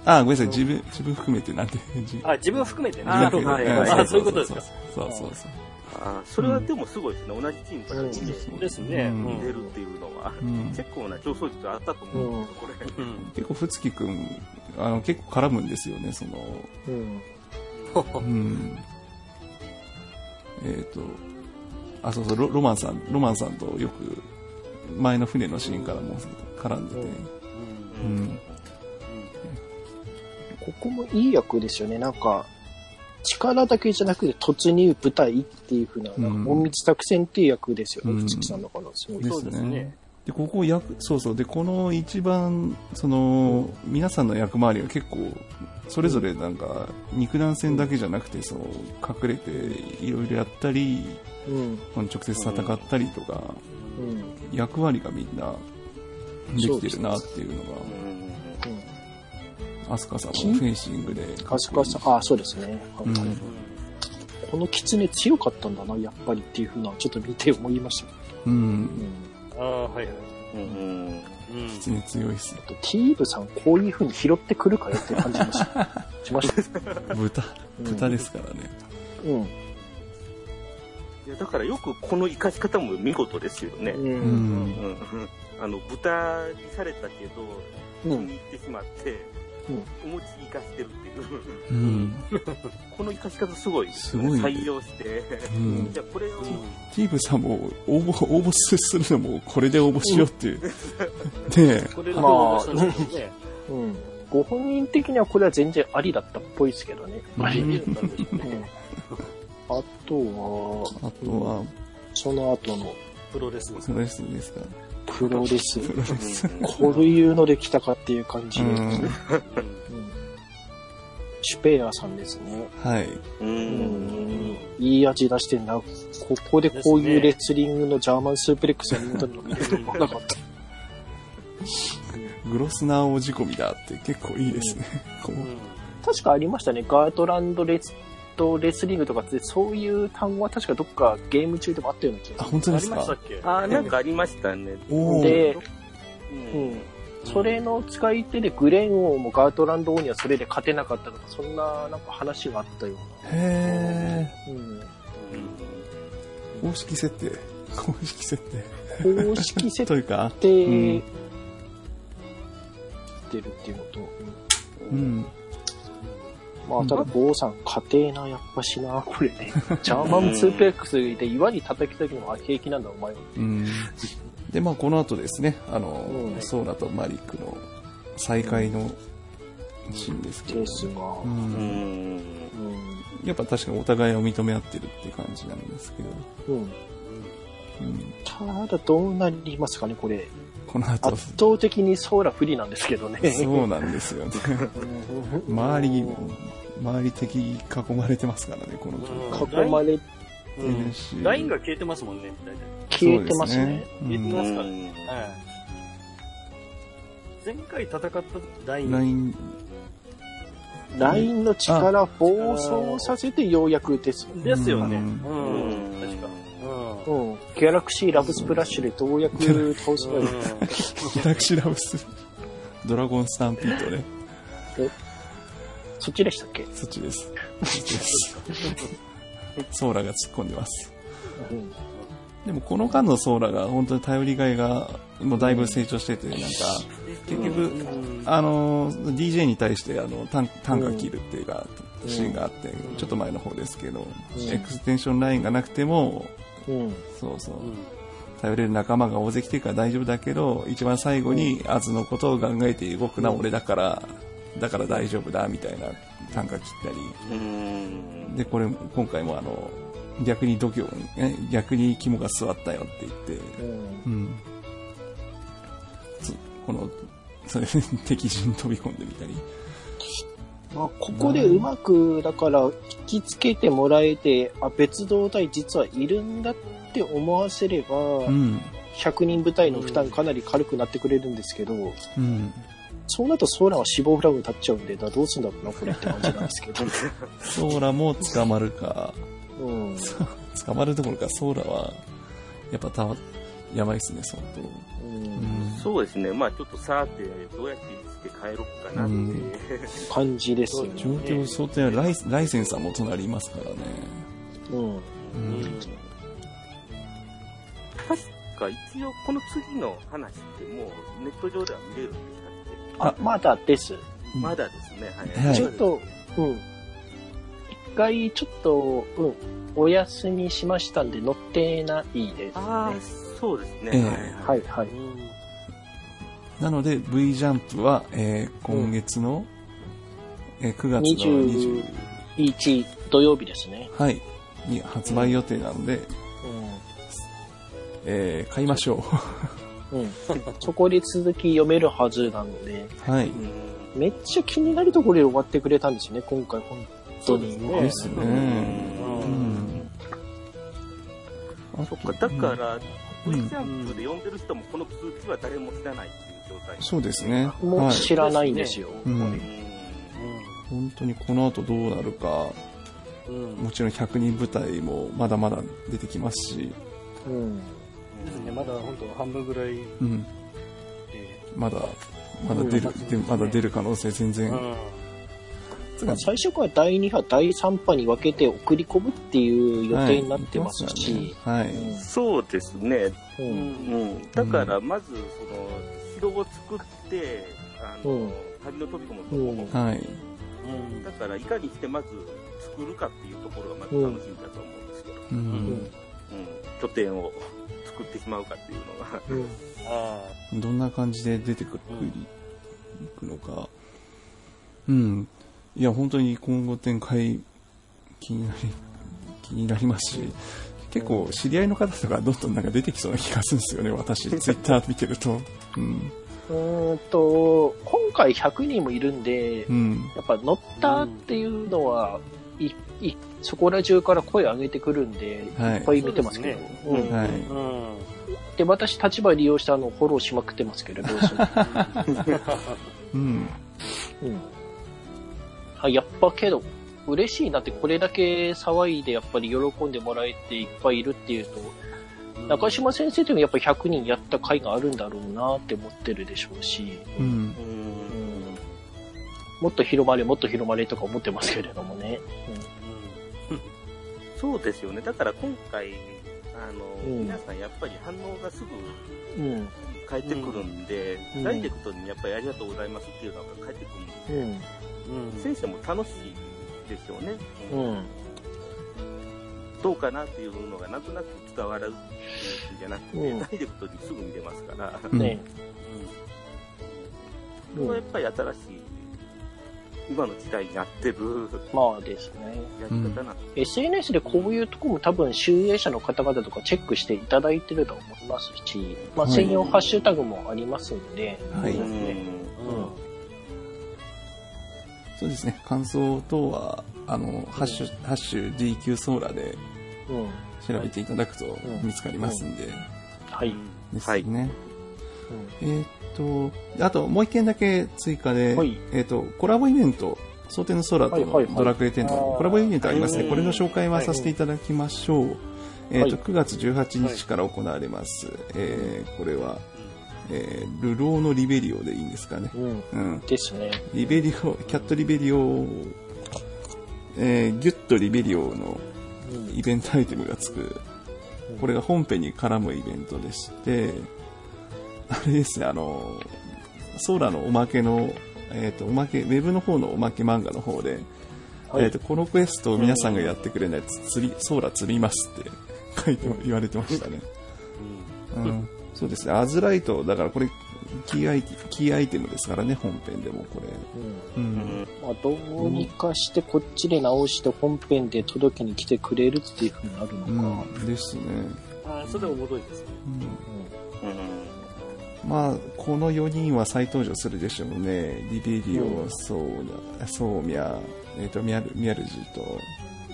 あ、ごめんなさい。自分、自分含めてなんて。 (laughs) 自分あ、自分含めてね。あ自分含めてはいはいんあそういうことですかそうそうそう。あーそれはでもすごいですね。同じチームからうん出そうそうですねうんうん出るっていうのは、うん結構な競争率あったと思うんですよ、これ。うん。結構、ふつきくん、あの、結構絡むんですよね、その、うん。うん。えっ、と、あ、そうそうロ、ロマンさん、ロマンさんとよく、前の船のシーンからも絡んでて、うん。ここもいい役ですよね。なんか、力だけじゃなくて突入部隊っていうふうな、なんか隠密作戦っていう役ですようね。ん藤木さんだから、すごい。そうですね。で、ここ役、そうそう。で、この一番、その、皆さんの役回りが結構、それぞれなんか、肉弾戦だけじゃなくて、その、隠れていろいろやったり、うん。この直接戦ったりとか、うん。うん。役割がみんな、できてるなっていうのが、アスカさんもフェンシングでかっ確こいかい。さん、あ、そうですね。はいはいうんこの狐強かったんだな、やっぱりっていうふうな、ちょっと見て思いました。うん。ああ、はいはい。うんうんうん。常に強いっす。あと、ティーブさん、こういうふうに拾ってくるかよって感じました。しました。豚、豚ですからね。うん。いやだからよくこの生かし方も見事ですよね。う。うんん。うんあの豚にされたけど、う気ん。に入ってしまって、お餅生かしてるってういう、ん。この生かし方すごいですよね、すごいね採用して、うんじゃあこれを、ティーブさんも応募、応募するのもこれで応募しようっていう。ねえ。これでまあどうしたんでしょうね。うん。ご本人的にはこれは全然ありだったっぽいですけどね。マリリンなんでしょううね。ん。あとは、あとは、その後の、プロレスですプロレスですから。プロレス。うんこういうので来たかっていう感じうで、ん。うんシュペイラーさんですね。はい。うんいい味出してんな。ここでこういうレスリングのジャーマンスープレックスを見たの見ると思わなかった。グロスなお仕込みだって結構いいですね。こううん確かありましたね。ガートランドレスとレスリングとかって、そういう単語は確かどっかゲーム中でもあったような気があ、す本当あでりすましたっかけあーなんかありましたね。おる。ーで、うん。それの使い手でグレン王もガートランド王にはそれで勝てなかったとか、そんななんか話があったよへうな。うん。ー。公式設定。公式設定。公式 (laughs) 設というか、定うん出るっていうのと、うん。まあ、ただ、坊さん、家庭な、やっぱしな、これ (laughs) ね。ジャーマンツーペックスで岩に叩きた時のも平気なんだ、お前は。うん。で、まあ、この後ですね、あの、うんソーラとマリックの再会のシーンですけどで。すが、う。うんん。うん。やっぱ確かにお互いを認め合ってるって感じなんですけど。うん。うん。ただ、どうなりますかね、これ。この後圧、倒的にソーラ不利なんですけどね。そうなんですよね。周り、周り敵に囲まれてますからね、この曲。囲まれ、うん NC ラインが消えてますもんね、大体。消えてますね。そうです消えてねまうん前回戦ったライうんンライン、ラインの力暴走させてようや打てそう。ですよね。ううんん、確か。ううん。ギャラクシーラブスプラッシュでどうやく倒すん。かよ。ギャラクシーラブス、ドラゴンスタンピードね。そっちでしたっけそっちです。そっちです。ソーラが突っ込んでます。うん。でもこの間のソーラが本当に頼りがいが、もうだいぶ成長してて、なんか、結局、あの、DJ に対して、あの、短短歌切るっていうか、うんシーンがあって、ちょっと前の方ですけど、んエクステンションラインがなくても、うん。そうそうう、ん頼れる仲間が大勢来てるから大丈夫だけど、一番最後に、アズのことを考えて動くな、俺だから、だから大丈夫だ、みたいな短歌切ったり、うん。で、これ、今回もあの、逆に度胸、え逆に肝が座ったよって言って、うん。うん。つこの、それ (laughs) で敵陣飛び込んでみたり。まあ、ここでうまく、だから、引きつけてもらえて、あ、別動隊実はいるんだって思わせれば、うん。 100人部隊の負担かなり軽くなってくれるんですけど、うん。そうなるとソーランは死亡フラグ立っちゃうんで、だからどうすんだろうな、これって感じなんです (laughs) けど。ソーラも捕まるか、うん。捕まるどころか、ソーラは、やっぱたわ、やばいっすね、相当。うん。そうですね。まあちょっとさーって、どうやってして帰ろうかなって。うん感じですよね。状況相当やライライセンさんも隣いますからね。うん。うん確か一応この次の話ってもうネット上では見れるんですかって。あ、まだです。うんまだですね。はい。はいちょっと、うん。一回、ちょっと、うん。お休みしましたんで、乗ってないです、ね。ああ、そうですね。ええは。はいい、はい。なので、V ジャンプは、えー今月の、えー9月の20、 21土曜日ですね。はい、に発売予定なので、えー買いましょうん。うん。そこで続き読めるはずなので、う。はい。うんめっちゃ気になるところで終わってくれたんですね、今回、本当に。そうでですすね。うんうん。あそっか、だか、ら、うんブリジャンプで読んでる人もこの続きは誰も知らないっていう状態。そうですね。もはうい。知らないんですよ。う。うんん。本当にこの後どうなるか、うんうんもちろん100人部隊もまだまだ出てきますし、うん。ですね、まだ本当半分ぐらいで、うん。まだ、まだ出る、うんでまだ出る可能性全然。つまかあ最初から第2波、第3波に分けて送り込むっていう予定になってますし。はい。はういんそうですね。ううんん。だから、まず、その、城を作って、あうんの、旅の飛び込むところうんはい。だから、いかにしてまず作るかっていうところがまず楽しみだと思うんですけど、ううんん。うん、拠点を作ってしまうかっていうのが。うんあどんな感じで出てくる、うんいくのか。うん。 (laughs) いや、本当に今後展開気になり、気になりますし、結構知り合いの方とかどんどんなんか出てきそうな気がするんですよね私ツイッター見てるとうんうーんと、今回100人もいるんで、うんやっぱ乗ったっていうのは、いいそこら中から声上げてくるんで、はいいっぱい見てますけど。そうですねうんはいうん。で、私、立場利用してあの、フォローしまくってますけど、どうするうんうんあやっぱけど、嬉しいなって、これだけ騒いで、やっぱり喜んでもらえていっぱいいるっていうと、中島先生というのはやっぱ100人やった回があるんだろうなって思ってるでしょうし、うんうん。もっと広まれ、もっと広まれとか思ってますけれどもね。そうですよね。だから今回、あの、うん皆さんやっぱり反応がすぐうん。返ってくるんで、うんダイレクトにやっぱりありがとうございますっていうのが返ってくるうんで、ん。うん先生も楽しいですよね。うん。どうかなっていうのがなんとなく伝わるんじゃなくて、うんダイレクトにすぐ見れますから、うんねそれはやっぱり新しい、今の時代に合ってるまあですね。やり方なんで SNS でこういうとこも多分、集英者の方々とかチェックしていただいてると思いますし、まあ、はい専用ハッシュタグもありますんで、はいすうね。んうんそうですね感想等はあのハッシュハッシュ DQ ソーラーでうん。調べていただくとうん見つかりますんで、はい。ですね、うんえーっと、あともう一件だけ追加で、はいえーっと、コラボイベント、蒼天の空とはいはいはいドラクエ10のコラボイベントありますあね。ーこれの紹介はさせていただきましょう。えーっと、9は月18日から行われます。えーこれは、えー流浪のリベリオでいいんですかね。うん。うん。ですね。リベリオ、キャットリベリオ、えーギュッとリベリオのうんイベントアイテムがつく、これが本編に絡むイベントでして、あれですね、あの、ソーラのおまけの、えっ、と、おまけ、ウェブの方のおまけ漫画の方で、はいえっ、と、このクエストを皆さんがやってくれないと、釣り、ソーラ釣りますって書いて、言われてましたね。うん。そうですね、アズライト、だからこれ、キーアイテキーアイテムですからね、本編でもこれ。うんうん。まあ、どうにかしてこっちで直して本編で届けに来てくれるっていうふうになるのか。うん、ですね。あーそれおもろいですね。うんうんまあ、この4人は再登場するでしょうね。リベリオ、ソーニャ、ソーミャ、えっ、と、ミャル、ミャルジーと、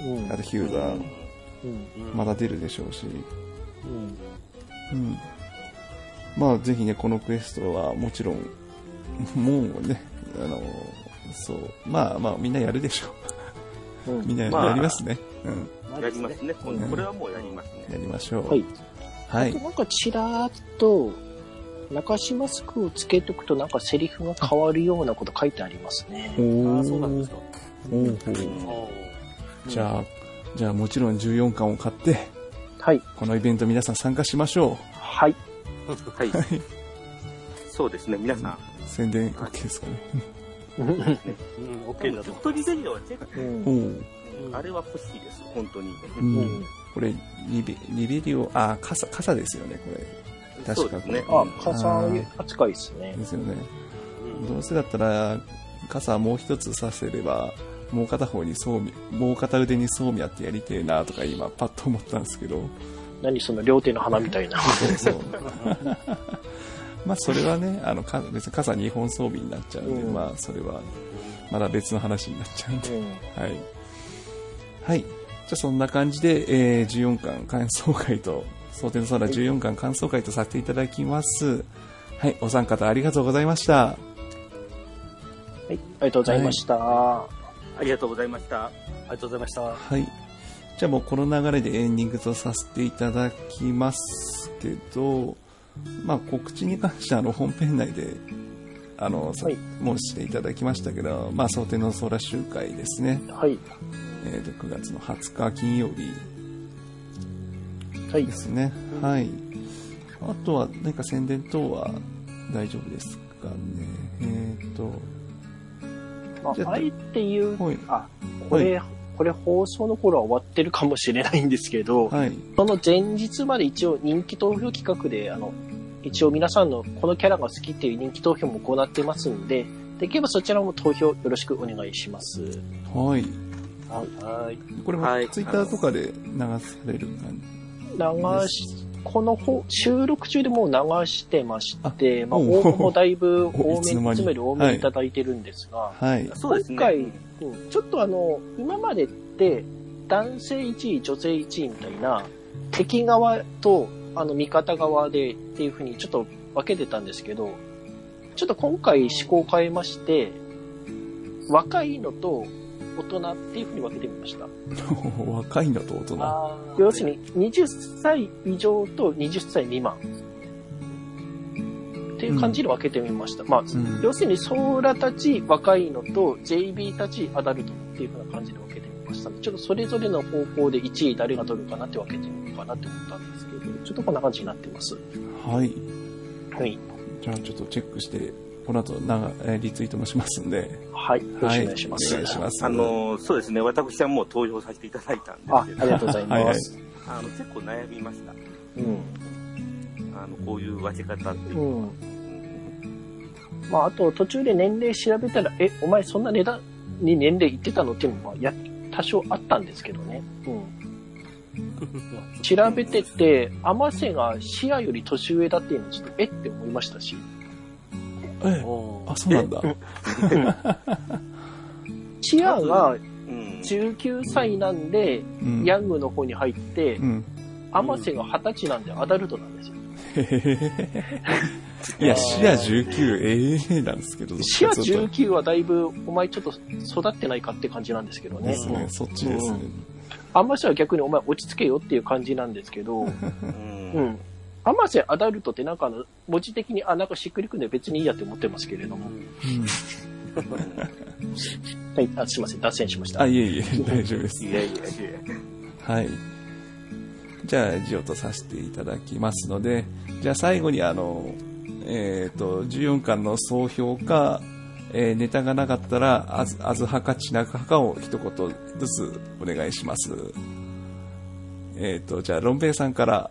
うん。うんあとヒューザー、うん。まだ出るでしょうし。うん。うん。まあ、ぜひね、このクエストはもちろん、もうね、あの、そう、まあまあ、みんなやるでしょうう。んみんなまあやりますね。うん。やりますね。こうんれはもうやりますやね。りましょう。はい。はい。なんかちらーっと、中島スクをつけとくとなんかセリフが変わるようなこと書いてありますね。あおあ、そうなんですか。おーうんじゃあ、じゃあもちろん14巻を買って、はい。このイベント皆さん参加しましょう。はい。はい。そうですね、皆さん。宣伝 OK ですかね。うんうん、ち OK ょだっと思とリベリオはチェック。おうあれは欲しいです、本当に。うんうんこれリベ、リベリオ、あ、傘、傘ですよね、これ。そ確うでかすこれ。ね。あ、加算扱いですね。ですよね。う。どうせだったら、傘もう一つさせれば、もう片方にそうみ、もう片腕にそうみやってやりてえなとか今、パッと思ったんですけど、何その両手の花みたいな。そうそう。 (laughs) まあ、それはね、あの、か別に傘2本装備になっちゃうんで、うんまあ、それは、まだ別の話になっちゃうんで。うんはい。はい。じゃあそんな感じで、えー14巻感想会と、蒼天の空14巻感想会とさせていただきます。はい。お三方ありがとうございました。はい。ありがとうございました。ありがとうございました。ありがとうございました。はい。じゃあもうこの流れでエンディングとさせていただきますけど、まあ告知に関してはあの本編内で、あの、さはいもうしていただきましたけど、まあ蒼天の空集会ですね。はい。えっ、と、9月の20日金曜日はいで。すね。はい。あとは、何か宣伝等は大丈夫ですかね。えっ、と、まちょっとあ、あえて言う、はいあ、これ、これ放送の頃は終わってるかもしれないんですけど、はい。その前日まで一応人気投票企画で、あの、一応皆さんのこのキャラが好きっていう人気投票も行ってますんで、できればそちらも投票よろしくお願いします。はい。はい。これもはいツイッターとかで流される感じ。流し、このほ収録中でもう流してまして、まあ、お応募もだいぶお (laughs) い多めつのに、間にいつもより多めにいただいてるんですが、はい。そうですね。今回うんちょっとあの、今までって、男性1位、女性1位みたいな、敵側と、あの、味方側でっていうふうにちょっと分けてたんですけど、ちょっと今回思考を変えまして、若いのと大人っていうふうに分けてみました。若いんだと大人。あー要するに、20歳以上と20歳未満。っていう感じで分けてみました。まあ、うん要するにソーラたち若いのと JB たちアダルトっていうふうな感じで分けてみましたのでちょっとそれぞれの方向で1位誰が取るかなって分けてみようかなって思ったんですけどちょっとこんな感じになってますはい。はいじゃあちょっとチェックして、この後なんか、えーリツイートもしますんで。はいよろしくお願いします、お願いします。あの、そうですね。私はもう登場させていただいたんですけど。あありがとうございます、あの結構悩みました。うんあのこういう分け方っていううのは。んまああと途中で年齢調べたらえお前そんな値段に年齢いってたのっていうのもまあや多少あったんですけどねうん調べてて、アマセがシアより年上だっていうのはちょっとえって思いましたし、ええあ、そうなんだ。シアがうん。 19歳なんで、うんヤングの方に入ってう、ん。アマセが20歳なんでアダルトなんですよ。へへへへいや、視野19、ええなんですけど。シアそっかそっか19はだいぶ、お前ちょっと育ってないかって感じなんですけどねで。すね、そっちですね。アマセは逆にお前落ち着けよっていう感じなんですけど、うんう。ん。アマセアダルトってなんかあの、文字的にあ、なんかしっくりくんで別にいいやって思ってますけれども。はい、あすいません、脱線しましうんた。あ、いえいえ、大丈夫ですい。やいやいや。はい。じゃあ、授業とさせていただきますので、じゃあ最後にあの、えっ、と、14巻の総評か、えーネタがなかったら、あず、あずはかちなかはかを一言ずつお願いします。えっ、と、じゃあ、ロンペイさんから、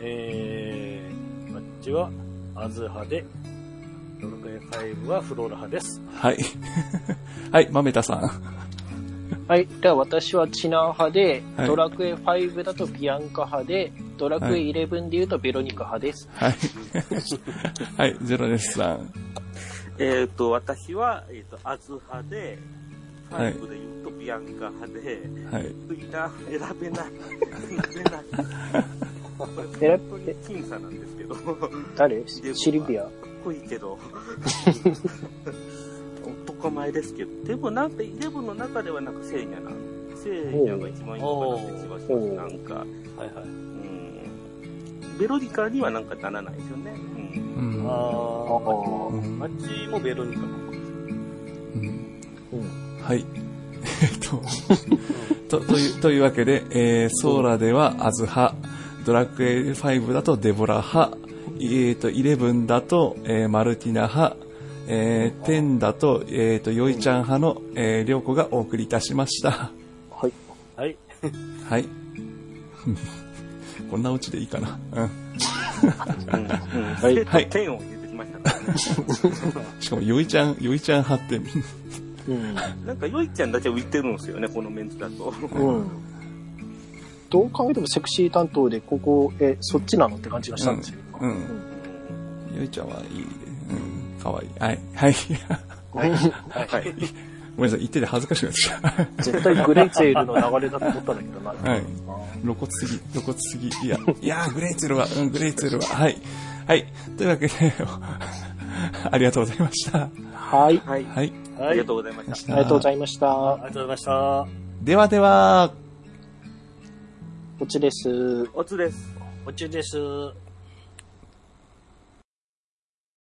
えー、あっちはアズ派で、ロルカイ5はフローラ派です。はい。 (laughs) はい、まめたさん。はい。では私はチナー派で、はいドラクエ5だとビアンカ派で、ドラクエはい11で言うとベロニカ派です。はい。 (laughs) はい、ゼロネスさん。えっ、と、私は、えっ、と、アズ派で、フはァいイブで言うとビアンカ派で、はい。いいな、選べない。選べない。これ本当に僅差なんですけど、誰僕はシルビア。濃いけど。男前ですけど。でもなんか、イレブンの中ではなんか聖夜な。聖夜が一番いいのかなって気はします。おうなんか、はいはい。うん。ベロニカにはなんかならないですよね。うん。うんあうー、んあっちもベロニカ。うんうんはい。えっと、と、という、というわけで、えーソーラではアズ派、ドラクエ5だとデボラ派、えーと、11だと、えーマルティナ派、えー、10だと、えーと、ヨイちゃん派の、えー、りょうこがお送りいたしました。はい。はい。はい。 (laughs) こんなオチでいいかな。うん。うん。うん。はい聖と天を入れてきましたからね。しかも、ヨイちゃん、ヨイちゃん派ってみんな、うん。なんか、よいちゃんだけ浮いてるんですよね、このメンツだと。うん。どう考えてもセクシー担当で、ここ、え、そっちなのって感じがしたんですよ。う今ん。ヨイちゃんはいい、うん、かわいい。はい。はい。はい。はい。ごめんなさい、言ってて恥ずかしくなっちゃう。 (laughs) 絶対グレイツェールの流れだと思ったんだけどな。はい (laughs) 露骨すぎ、露骨すぎ。いや、いやーグレイツェルは、うん、グレイツェルは、はい。はい。というわけで、 (laughs) ありがとうございました。はい。ははい。い。あはい。ありりががととうございました。ありがとうございました。うございました。ではでは、こっちです。おつです。おちです。